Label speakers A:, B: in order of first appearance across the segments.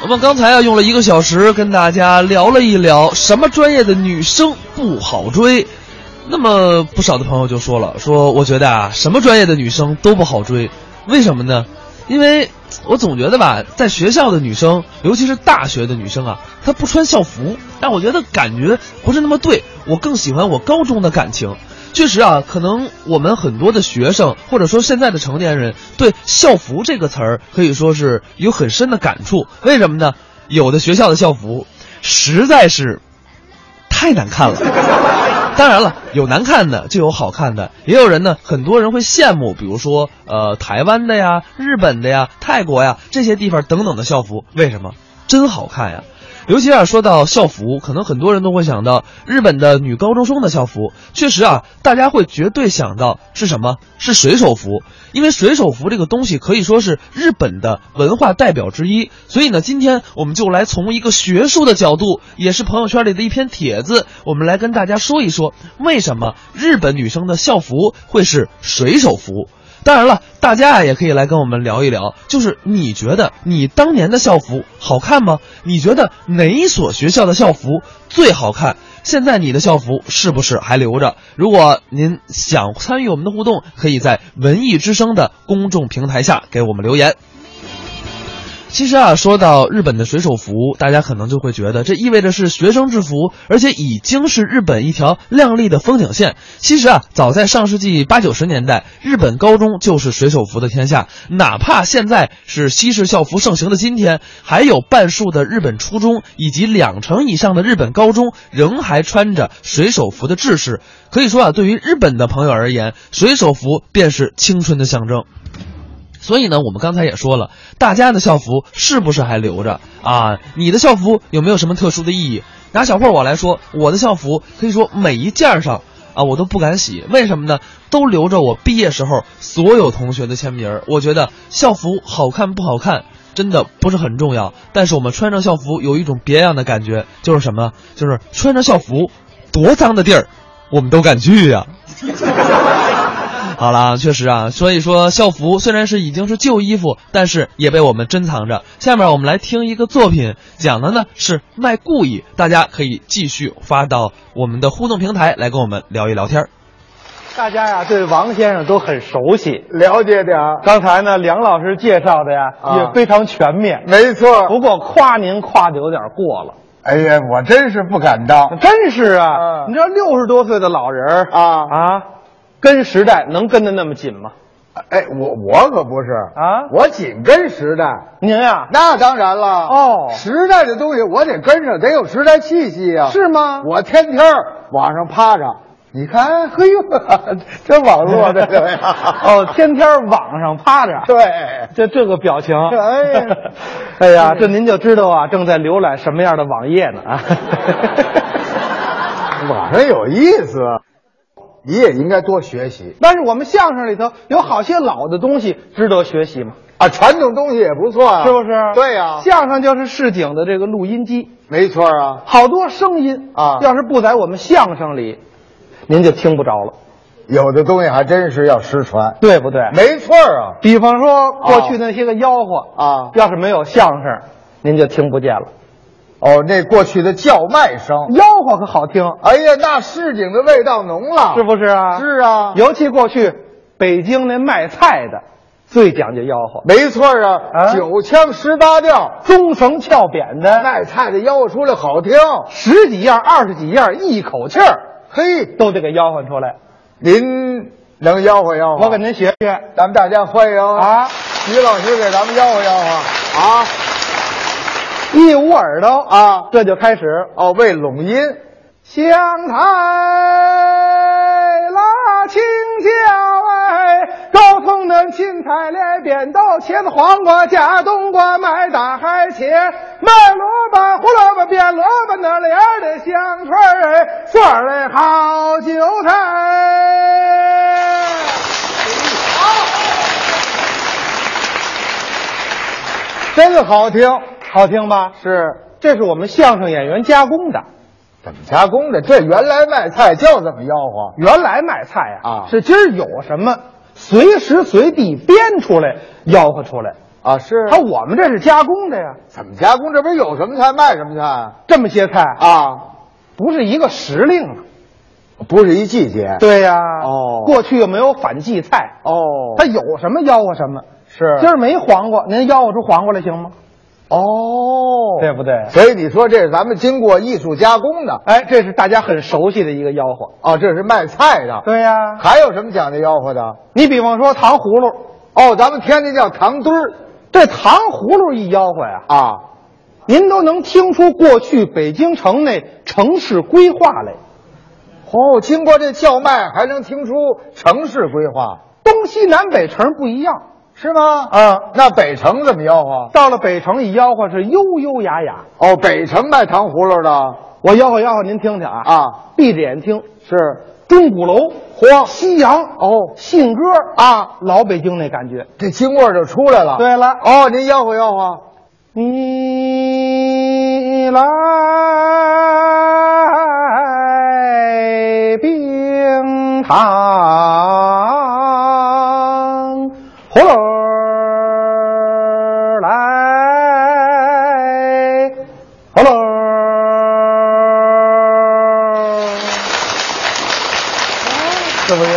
A: 我们刚才啊用了一个小时跟大家聊了一聊什么专业的女生不好追，那么不少的朋友就说了，说我觉得啊什么专业的女生都不好追，为什么呢？因为我总觉得吧，在学校的女生，尤其是大学的女生啊，她不穿校服，但我觉得感觉不是那么对，我更喜欢我高中的感情。确实啊，可能我们很多的学生，或者说现在的成年人，对“校服”这个词儿可以说是有很深的感触。为什么呢？有的学校的校服实在是太难看了。当然了，有难看的，就有好看的，也有人呢，很多人会羡慕，比如说呃台湾的呀、日本的呀、泰国呀这些地方等等的校服，为什么？真好看呀！尤其啊，说到校服，可能很多人都会想到日本的女高中生的校服。确实啊，大家会绝对想到是什么？是水手服，因为水手服这个东西可以说是日本的文化代表之一。所以呢，今天我们就来从一个学术的角度，也是朋友圈里的一篇帖子，我们来跟大家说一说，为什么日本女生的校服会是水手服。当然了，大家啊也可以来跟我们聊一聊，就是你觉得你当年的校服好看吗？你觉得哪一所学校的校服最好看？现在你的校服是不是还留着？如果您想参与我们的互动，可以在文艺之声的公众平台下给我们留言。其实啊，说到日本的水手服，大家可能就会觉得这意味着是学生制服，而且已经是日本一条亮丽的风景线。其实啊，早在上世纪八九十年代，日本高中就是水手服的天下。哪怕现在是西式校服盛行的今天，还有半数的日本初中以及两成以上的日本高中仍还穿着水手服的制式。可以说啊，对于日本的朋友而言，水手服便是青春的象征。所以呢，我们刚才也说了，大家的校服是不是还留着啊？你的校服有没有什么特殊的意义？拿小破我来说，我的校服可以说每一件上啊，我都不敢洗，为什么呢？都留着我毕业时候所有同学的签名儿。我觉得校服好看不好看，真的不是很重要。但是我们穿上校服有一种别样的感觉，就是什么？就是穿上校服，多脏的地儿，我们都敢去呀、 好了，确实啊，所以说校服虽然是已经是旧衣服，但是也被我们珍藏着。下面我们来听一个作品，讲的呢是卖故意，大家可以继续发到我们的互动平台来跟我们聊一聊天儿。
B: 大家呀，对王先生都很熟悉。
C: 了解点儿，
B: 刚才呢，梁老师介绍的呀、
C: 啊
B: 也非常全面，
C: 没错。
B: 不过夸您夸的有点过了，
C: 哎呀，我真是不敢当
B: 真是啊！
C: 嗯
B: 你知道六十多岁的老人儿
C: 啊！
B: 啊，跟时代能跟得那么紧吗？
C: 哎，我我可不是
B: 啊
C: 我紧跟时代。
B: 您呀、
C: 那当然了，
B: 哦
C: 时代的东西我得跟上，得有时代气息呀、
B: 是啊吗，
C: 我天天儿往上趴着，你看，嘿呦， 这网络这个呀
B: 哦，天天网上趴着，
C: 对，
B: 这这个表情，
C: 哎呀
B: 哎呀，这您就知道啊，正在浏览什么样的网页呢啊！
C: 网上有意思，你也应该多学习
B: 但是我们相声里头有好些老的东西值得学习嘛，
C: 啊，传统东西也不错啊，
B: 是不是？
C: 对呀、
B: 相声就是市井的这个录音机，
C: 没错啊，
B: 好多声音
C: 啊
B: 要是不在我们相声里，您就听不着了，
C: 有的东西还真是要失传。
B: 对不对？
C: 没错啊，
B: 比方说过去那些个吆喝
C: 啊
B: 要是没有相声，您就听不见了。
C: 哦，那过去的叫卖声，
B: 吆喝可好听，
C: 哎呀，那市井的味道浓了，
B: 是不是啊？
C: 是啊，
B: 尤其过去北京那卖菜的最讲究吆喝，
C: 没错啊，
B: 啊
C: 九腔十八调，
B: 中绳翘扁的，
C: 卖菜的吆喝出来好听。
B: 十几样、二十几样，一口气儿
C: 嘿，
B: 都得给吆喝出来。
C: 您能吆喝吆喝？
B: 我给您学学
C: 咱们大家欢迎
B: 啊！
C: 于老师给咱们吆喝吆喝啊！
B: 一捂耳朵
C: 啊
B: 这就开始
C: 哦，为拢音，
B: 香菜辣青椒哎，高葱嫩青菜连扁豆，茄子黄瓜加冬瓜，买大海茄，卖萝卜胡萝卜变萝卜，那里儿的香椿儿哎，蒜儿嘞好韭菜。
C: 真好听。
B: 好听吧？
C: 是
B: 这是我们相声演员加工的。
C: 怎么加工的？这原来卖菜就这么吆喝。
B: 原来卖菜呀、
C: 啊
B: 是今儿有什么，随时随地编出来吆喝出来。
C: 啊，是
B: 他我们这是加工的呀，
C: 怎么加工？这不是有什么菜卖什么菜啊
B: 这么些菜啊，
C: 啊？
B: 不是一个时令啊。
C: 不是一季节。，
B: 对呀、
C: 哦
B: 过去又没有反季菜，
C: 哦，
B: 他有什么吆喝什么。
C: 是
B: 今儿没黄瓜，您吆喝出黄瓜来行吗？
C: 哦，
B: 对不对
C: 所以你说这是咱们经过艺术加工的
B: 哎，这是大家很熟悉的一个吆喝。
C: 哦，这是卖菜的。，
B: 对呀、
C: 还有什么讲究吆喝的？
B: 你比方说糖葫芦，
C: 哦，咱们天津叫糖墩儿
B: 这糖葫芦一吆喝呀、
C: 啊。
B: 您都能听出过去北京城内城市规划来，
C: 哦，经过这叫卖，还能听出城市规划，
B: 东西南北城不一样。
C: 是吗？
B: 啊
C: 那北城怎么吆喝？
B: 到了北城一吆喝是悠悠雅雅，
C: 哦，北城卖糖葫芦的
B: 我吆喝吆喝您听听啊，
C: 啊，
B: 闭着眼听，
C: 是
B: 钟鼓楼、
C: 嚯
B: 西洋、
C: 哦，
B: 信鸽啊，老北京那感觉。啊
C: 这京味儿就出来了。，
B: 对了，
C: 哦，您吆喝吆喝，
B: 你来冰糖，葫芦儿来，葫芦儿，
C: 是不是？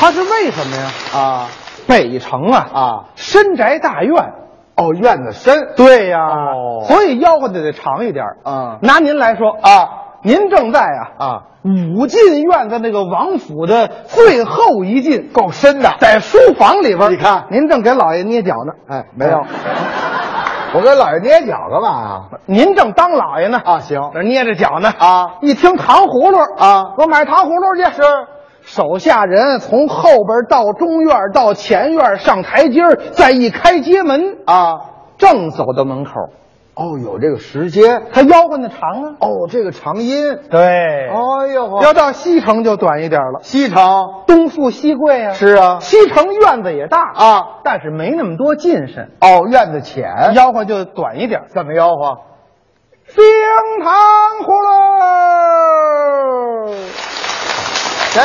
B: 他是为什么呀？
C: 啊
B: 北城啊
C: 啊，
B: 深宅大院。
C: 哦，院子深。
B: 对呀、
C: 哦
B: 所以吆喝的得长一点儿
C: 嗯
B: 拿您来说啊，您正在啊
C: 啊，
B: 五进院子那个王府的最后一进，够深的，在书房里边儿。
C: 你看
B: 您正给老爷捏脚呢，
C: 哎，没有，我跟老爷捏脚干嘛呀？
B: 您正当老爷呢
C: 啊，行
B: 那捏着脚呢
C: 啊
B: 一听糖葫芦
C: 啊
B: 我买糖葫芦去是。手下人从后边到中院，到前院，上台阶儿，再一开街门，
C: 啊，
B: 正走到门口，
C: 哦，有这个时间，
B: 他吆喝那长啊。
C: 哦，这个长音，
B: 对
C: 哎呦，
B: 要到西城就短一点了，
C: 西城
B: 东富西贵啊。
C: 是啊
B: 西城院子也大，
C: 啊，
B: 但是没那么多近身，
C: 哦，院子浅，
B: 吆喝就短一点。
C: 怎么吆喝？
B: 冰糖葫芦，
C: 这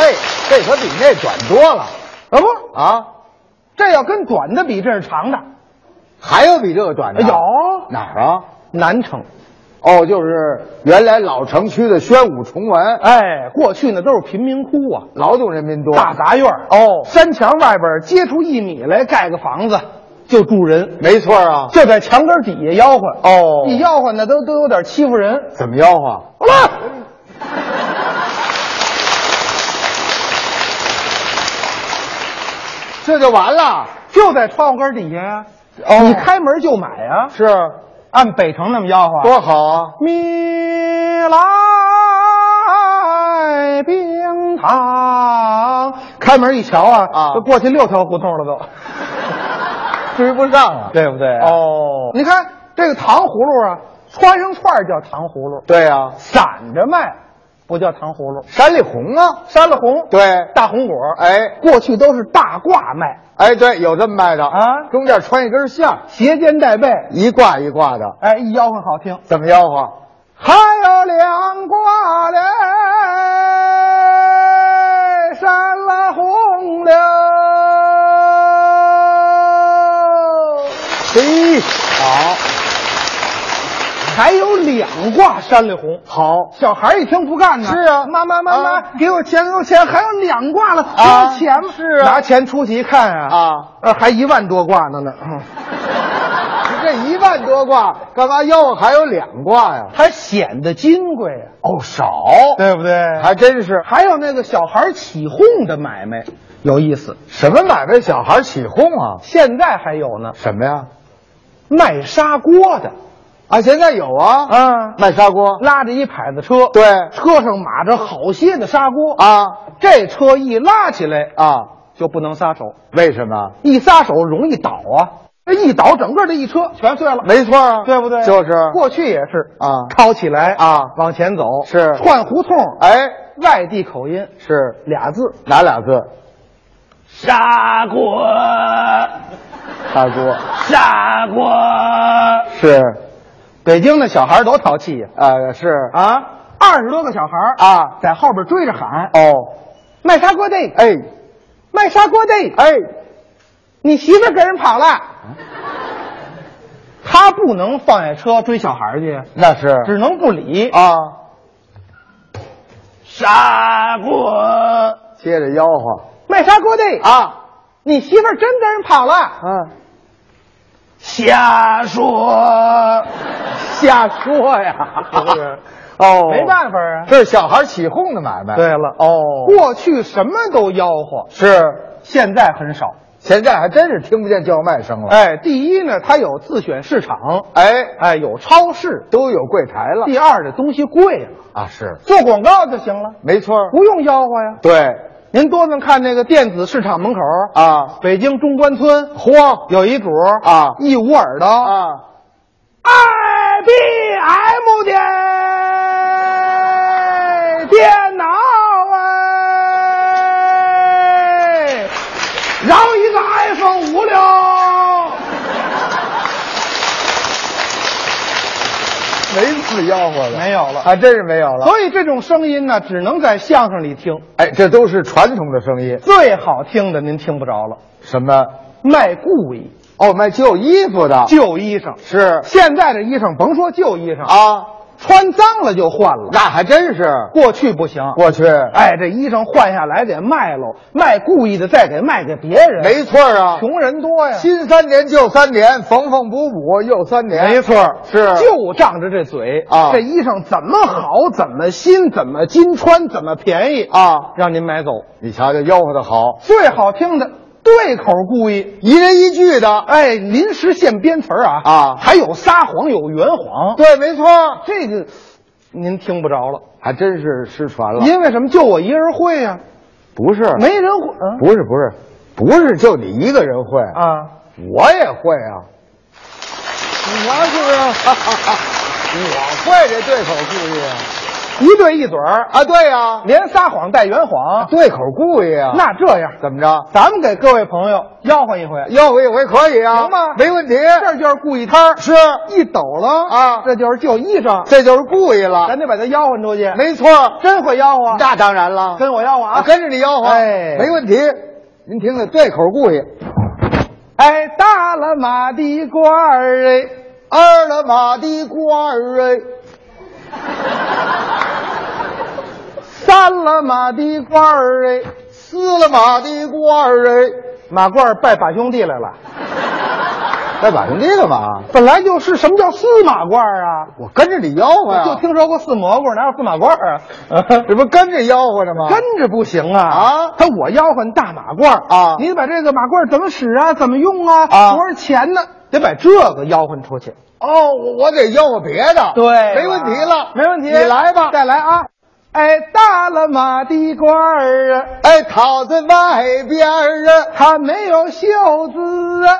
C: 这可比那短多了
B: 啊不，
C: 啊！
B: 这要跟短的比，这是长的。
C: 还有比这个短的？
B: 有
C: 哪儿啊？
B: 南城，
C: 哦，就是原来老城区的宣武崇文，
B: 哎，过去呢都是贫民窟啊，
C: 劳动人民多，
B: 大杂院儿
C: 哦
B: 山墙外边儿接出一米来盖个房子就住人，
C: 没错啊。
B: 就在墙根底下吆喝，
C: 哦
B: 一吆喝呢都都有点欺负人。
C: 怎么吆喝？
B: 好了。
C: 这就完了？
B: 就在窗户根底下呀、
C: 哦
B: 你开门就买呀、
C: 是，
B: 按北城那么吆喝，
C: 多好啊！
B: 米来冰糖。开门一瞧啊，
C: 啊
B: 就过去六条胡同了都，
C: 追不上了。
B: 对不对？，
C: 哦，
B: 你看这个糖葫芦啊，穿上串儿叫糖葫芦，
C: 对啊呀，
B: 散着卖不叫糖葫芦，
C: 山里红啊，
B: 山了红，
C: 对，
B: 大红果，
C: 哎
B: 过去都是大挂卖，
C: 哎，对，有这么卖的
B: 啊
C: 中间穿一根线儿，
B: 斜肩带背，
C: 一挂一挂的，
B: 哎，一吆喝好听。
C: 怎么吆喝？
B: 还有两挂嘞，哎山了红了，
C: 嘿，好，
B: 还有两挂山里红。
C: 好，
B: 小孩一听不干呢，
C: 是啊
B: 妈妈妈妈
C: 啊，
B: 给我钱给我钱，还有两挂了，
C: 啊
B: 给我钱吧
C: 是啊
B: 拿钱出去一看啊
C: 啊
B: 呃还一万多挂呢嗯呢，
C: 你这一万多挂，干嘛吆喝还有两挂呀？
B: 还显得金贵啊，
C: 哦，少，
B: 对不对？
C: 还真是。
B: 还有那个小孩起哄的买卖有意思，
C: 什么买卖？小孩起哄啊？
B: 现在还有呢，
C: 什么呀？
B: 卖砂锅的。
C: 啊，现在有啊，
B: 啊，
C: 卖砂锅。
B: 拉着一牌子车，
C: 对
B: 车上码着好些的砂锅，
C: 啊
B: 这车一拉起来
C: 啊，
B: 就不能撒手，
C: 为什么？
B: 一撒手容易倒啊，这一倒整个这一车全碎了，
C: 没错啊，
B: 对不对？
C: 就是
B: 过去也是
C: 啊
B: 抄起来
C: 啊
B: 往前走
C: 是
B: 串胡同，
C: 哎，
B: 外地口音
C: 是
B: 俩字
C: 哪俩字？
B: 砂锅
C: 砂锅
B: 砂锅，
C: 是，
B: 北京的小孩儿多淘气呀
C: 呃，是
B: 啊！二十多个小孩儿
C: 啊
B: 在后边追着喊
C: 哦，
B: 卖砂锅的，
C: 哎
B: 卖砂锅的，
C: 哎，
D: 你媳妇儿跟人跑了，
C: 啊
B: 他不能放下车追小孩去，
C: 那是
B: 只能不理。
C: 啊，
B: 傻瓜，
C: 接着吆喝
D: 卖砂锅的，
C: 啊，
D: 你媳妇儿真跟人跑了，
C: 嗯，
B: 瞎 说，
C: 瞎说呀，
B: 是不是？
C: 哦，
B: 没办法啊。
C: 这是小孩起哄的买卖。
B: 对了，
C: 哦，
B: 过去什么都吆喝，
C: 是，
B: 现在很少。
C: 现在还真是听不见叫卖声了。
B: 哎，第一呢，它有自选市场，
C: 哦哎，
B: 哎，有超市。
C: 都有柜台了
B: 第二，这东西贵了，
C: 啊，是，
B: 做广告就行了，
C: 没错儿，
B: 不用吆喝呀。
C: 对
B: 您多么看那个电子市场门口，
C: 啊，
B: 北京中关村
C: 嚯
B: 有一主
C: 啊
B: 一捂耳朵
C: 啊，
D: IBM 的电脑
B: 啊
D: 哎，然后一个 iPhone 五六，
C: 没次吆喝的，
B: 没有了
C: 还真是没有了。
B: 所以这种声音呢，只能在相声里听，
C: 哎，这都是传统的声音，
B: 最好听的您听不着了。
C: 什么？
B: 卖故衣、
C: 哦，卖旧衣服的，
B: 旧衣裳，
C: 是
B: 现在这衣裳甭说旧衣裳，
C: 啊，
B: 穿脏了就换了。
C: 那还真是。
B: 过去不行，
C: 我去，
B: 哎，这衣裳换下来得卖喽，卖故意的再给卖给别人，
C: 没错儿啊，
B: 穷人多呀，
C: 新三年旧三年，缝缝补补又三年，
B: 没错儿，
C: 是
B: 就仗着这嘴
C: 啊
B: 这衣裳怎么好，怎么新，怎么金穿，怎么便宜，
C: 啊。
B: 让您买走。
C: 你瞧瞧，吆喝的好，
B: 最好听的对口故意，
C: 一人一句的，
B: 哎，临时现编词儿啊
C: 啊
B: 还有撒谎，有圆谎，
C: 对，没错儿，
B: 这个您听不着了，
C: 还真是失传了。
B: 因为什么？就我一人会呀、
C: 不是，
B: 没人会啊
C: 不是，不是，不是，就你一个人会，
B: 啊，
C: 我也会啊。 你瞧是不是？我会这对口故意啊
B: 一对一嘴儿，
C: 啊，对呀、
B: 连撒谎带圆谎。
C: 对口故意啊。
B: 那这样，
C: 怎么着？
B: 咱们给各位朋友吆喝一回，
C: 吆喝一回可以啊，
B: 行吗
C: 没问题。
B: 这就是故意摊儿，
C: 是，
B: 一抖了
C: 啊
B: 这就是旧衣裳，
C: 这就是故意
B: 咱
C: 了，
B: 得把它吆喝出去。
C: 没错儿。
B: 真会吆喝，
C: 那当然了，
B: 跟我吆喝啊！
C: 我跟着你吆喝，
B: 哎
C: 没问题。您听着，对口故意。
B: 哎，大了马的官儿哎，
C: 二了马的官儿哎，
B: 三了马的官儿哎，
C: 啊四了马的官儿哎，
B: 马褂儿拜把兄弟来 了。
C: 在把兄弟干嘛？
B: 本来就是什么叫司马褂儿啊？
C: 我跟着你吆喝呀、
B: 我就听说过四蘑菇，哪有司马褂儿啊？
C: 这不跟着吆喝呢吗？
B: 跟着不行啊！
C: 啊
B: 他我吆喝你大马褂儿
C: 啊
B: 你得把这个马褂儿怎么使啊，怎么用啊，
C: 啊
B: 多少钱呢？得把这个吆喝出去。
C: 哦，我我得吆喝别的，
B: 对，
C: 没问题了，
B: 没问题，
C: 你来吧。
B: 再来啊！哎，大了马的褂儿啊，
C: 哎，讨在外边儿啊，
B: 它没有袖子啊。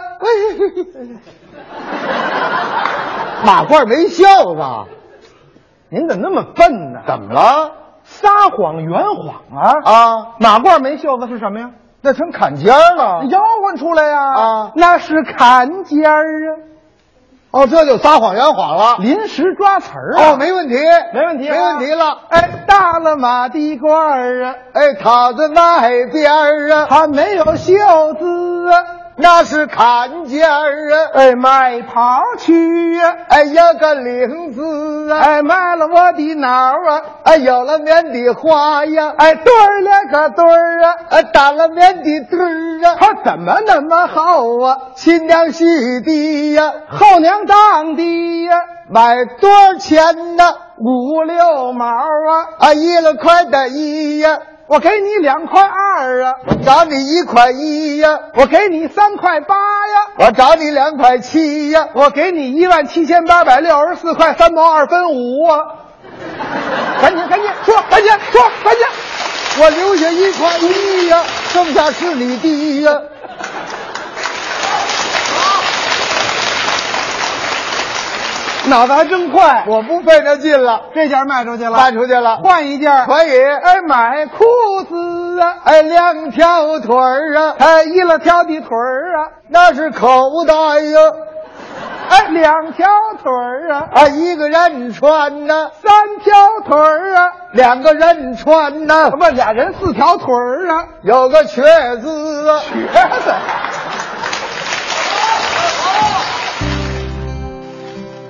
C: 马褂没袖子，
B: 您怎么那么笨呢？
C: 怎么了？
B: 撒谎圆谎啊！
C: 啊，
B: 马褂没袖子是什么呀？
C: 那成坎肩儿了。
B: 吆喝出来呀！
C: 啊
B: 那是坎肩儿啊，
C: 哦，这就撒谎圆谎了。
B: 临时抓词儿啊！
C: 哦，没问题，
B: 没问题啊
C: 没问题了。
B: 哎，大了马的褂儿啊，
C: 哎，讨在外边儿啊，
B: 它没有袖子啊。
C: 那是坎肩儿啊。
B: 哎，卖袍去呀、
C: 哎，有个领子啊，
B: 哎，卖了我的脑啊！
C: 哎，有了棉的花呀，
B: 哎，对儿了个对儿啊！
C: 哎，打了棉的堆儿啊，
B: 它怎么那么厚啊？
C: 新娘喜的呀，
B: 后娘当的呀、
C: 买多少钱呢？
B: 五六毛啊！
C: 啊，一了块的一呀，
B: 我给你两块二啊！
C: 我找你一块一呀，
B: 我给你三块八呀，
C: 我找你两块七呀，
B: 我给你一万七千八百六十四块三毛二分五啊！赶紧赶紧说，赶紧说，赶紧！
C: 我留下一块一呀，剩下是你的呀。
B: 脑子还真快，
C: 我不费那劲了，
B: 这件卖出去了，
C: 搬出去了，
B: 换一件
C: 可以。
B: 哎，买裤子啊，
C: 哎，两条腿儿啊，
B: 哎，一了条的腿儿啊，
C: 那是口袋呀，
B: 哎，两条腿儿啊，
C: 啊，一个人穿呢，
B: 三条腿儿啊，
C: 两个人穿呢
B: 啊，不，俩人四条腿儿啊，
C: 有个瘸子啊，
B: 瘸子，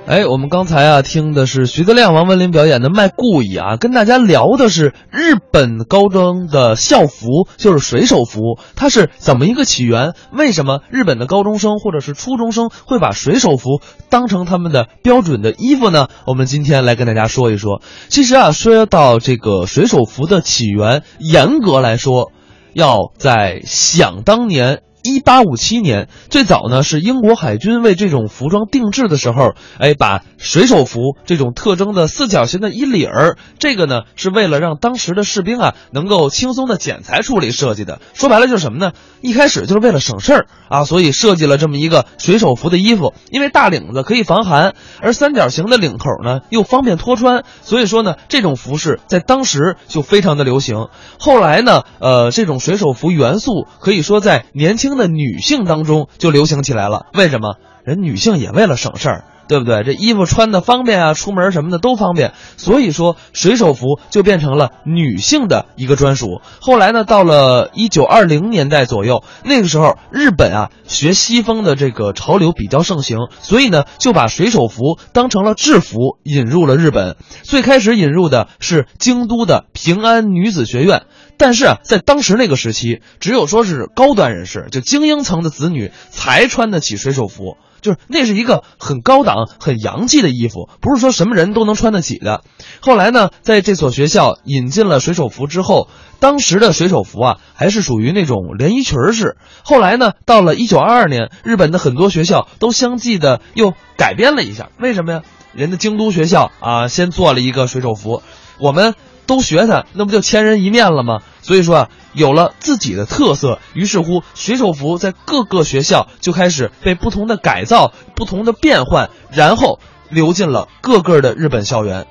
A: 哎，我们刚才啊听的是徐德亮、王文林表演的《卖故意》啊，跟大家聊的是日本高中的校服，就是水手服，它是怎么一个起源？为什么日本的高中生或者是初中生会把水手服当成他们的标准的衣服呢？我们今天来跟大家说一说。其实啊，说到这个水手服的起源，严格来说，要在想当年。一八五七年，最早呢是英国海军为这种服装定制的时候，哎，把水手服这种特征的四角形的衣领儿，这个呢是为了让当时的士兵啊能够轻松的剪裁处理设计的。说白了就是什么呢？一开始就是为了省事儿啊，所以设计了这么一个水手服的衣服，因为大领子可以防寒，而三角形的领口呢又方便脱穿，所以说呢这种服饰在当时就非常的流行。后来呢，呃，这种水手服元素可以说在年轻。的女性当中就流行起来了，为什么？人女性也为了省事儿，对不对？这衣服穿的方便啊，出门什么的都方便，所以说水手服就变成了女性的一个专属。后来呢，到了一九二零年代左右，那个时候日本啊学西风的这个潮流比较盛行，所以呢就把水手服当成了制服引入了日本。最开始引入的是京都的平安女子学院。但是啊，在当时那个时期，只有说是高端人士，就精英层的子女才穿得起水手服，就是那是一个很高档、很洋气的衣服，不是说什么人都能穿得起的。后来呢，在这所学校引进了水手服之后，当时的水手服啊，还是属于那种连衣裙式。后来呢，到了一九二二年，日本的很多学校都相继的又改编了一下，为什么呀？人家京都学校啊，先做了一个水手服，我们。都学它，那不就千人一面了吗？所以说啊，有了自己的特色，于是乎水手服在各个学校就开始被不同的改造、不同的变换，然后流进了各个的日本校园。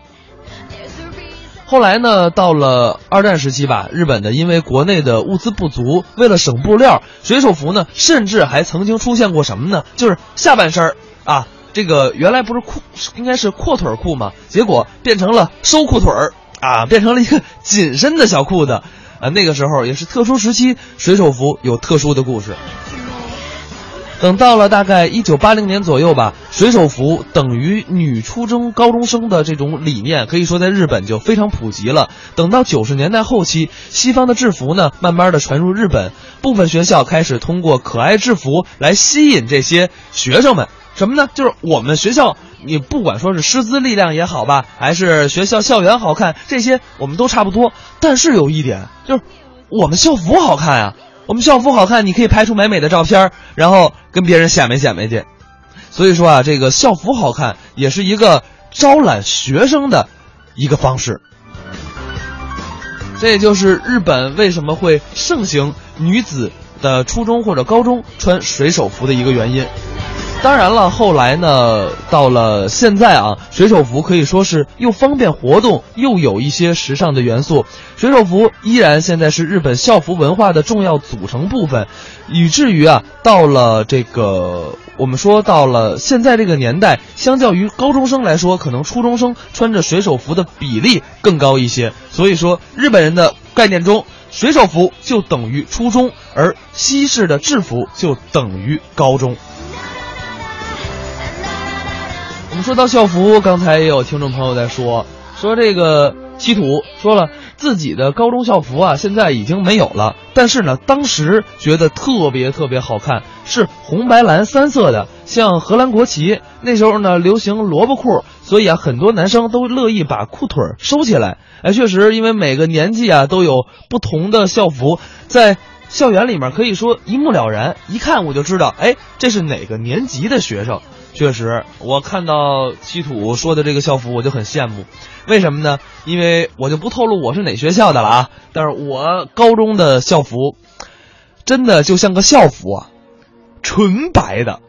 A: 后来呢，到了二战时期吧，日本呢因为国内的物资不足，为了省布料，水手服呢甚至还曾经出现过什么呢？就是下半身儿啊，这个原来不是裤，应该是阔腿裤嘛，结果变成了收裤腿儿。啊，变成了一个紧身的小裤子，啊，那个时候也是特殊时期，水手服有特殊的故事。等到了大概一九八零年左右吧，水手服等于女初中高中生的这种理念，可以说在日本就非常普及了。等到九十年代后期，西方的制服呢，慢慢的传入日本，部分学校开始通过可爱制服来吸引这些学生们。什么呢？就是我们学校，你不管说是师资力量也好吧，还是学校校园好看，这些我们都差不多。但是有一点，就是我们校服好看啊，我们校服好看，你可以拍出美美的照片，然后跟别人显摆显摆去。所以说啊，这个校服好看也是一个招揽学生的一个方式。这也就是日本为什么会盛行女子的初中或者高中穿水手服的一个原因。当然了，后来呢，到了现在啊，水手服可以说是又方便活动，又有一些时尚的元素。水手服依然现在是日本校服文化的重要组成部分，以至于啊，到了这个我们说到了现在这个年代，相较于高中生来说，可能初中生穿着水手服的比例更高一些。所以说，日本人的概念中，水手服就等于初中，而西式的制服就等于高中。我们说到校服，刚才也有听众朋友在说，说这个稀土说了自己的高中校服啊，现在已经没有了，但是呢，当时觉得特别特别好看，是红白蓝三色的，像荷兰国旗。那时候呢，流行萝卜裤，所以啊，很多男生都乐意把裤腿收起来。哎，确实，因为每个年纪啊都有不同的校服，在。校园里面可以说一目了然，一看我就知道，哎，这是哪个年级的学生。确实，我看到稀土说的这个校服，我就很羡慕。为什么呢？因为我就不透露我是哪学校的了啊。但是我高中的校服，真的就像个校服啊，纯白的，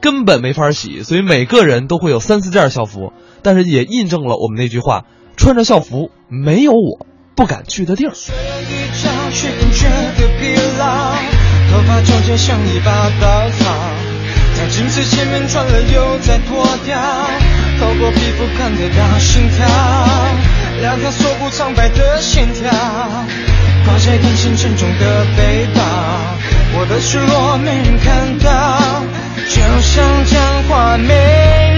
A: 根本没法洗。所以每个人都会有三四件校服，但是也印证了我们那句话：穿着校服，没有我不敢去的地儿。却更觉得疲劳，头发撞见像一把稻草，在镜子前面转了又再脱掉，透过皮肤看得到心跳，两条说不苍白的线条，挂在感情沉重的背包，我的失落没人看到，就像僵化没。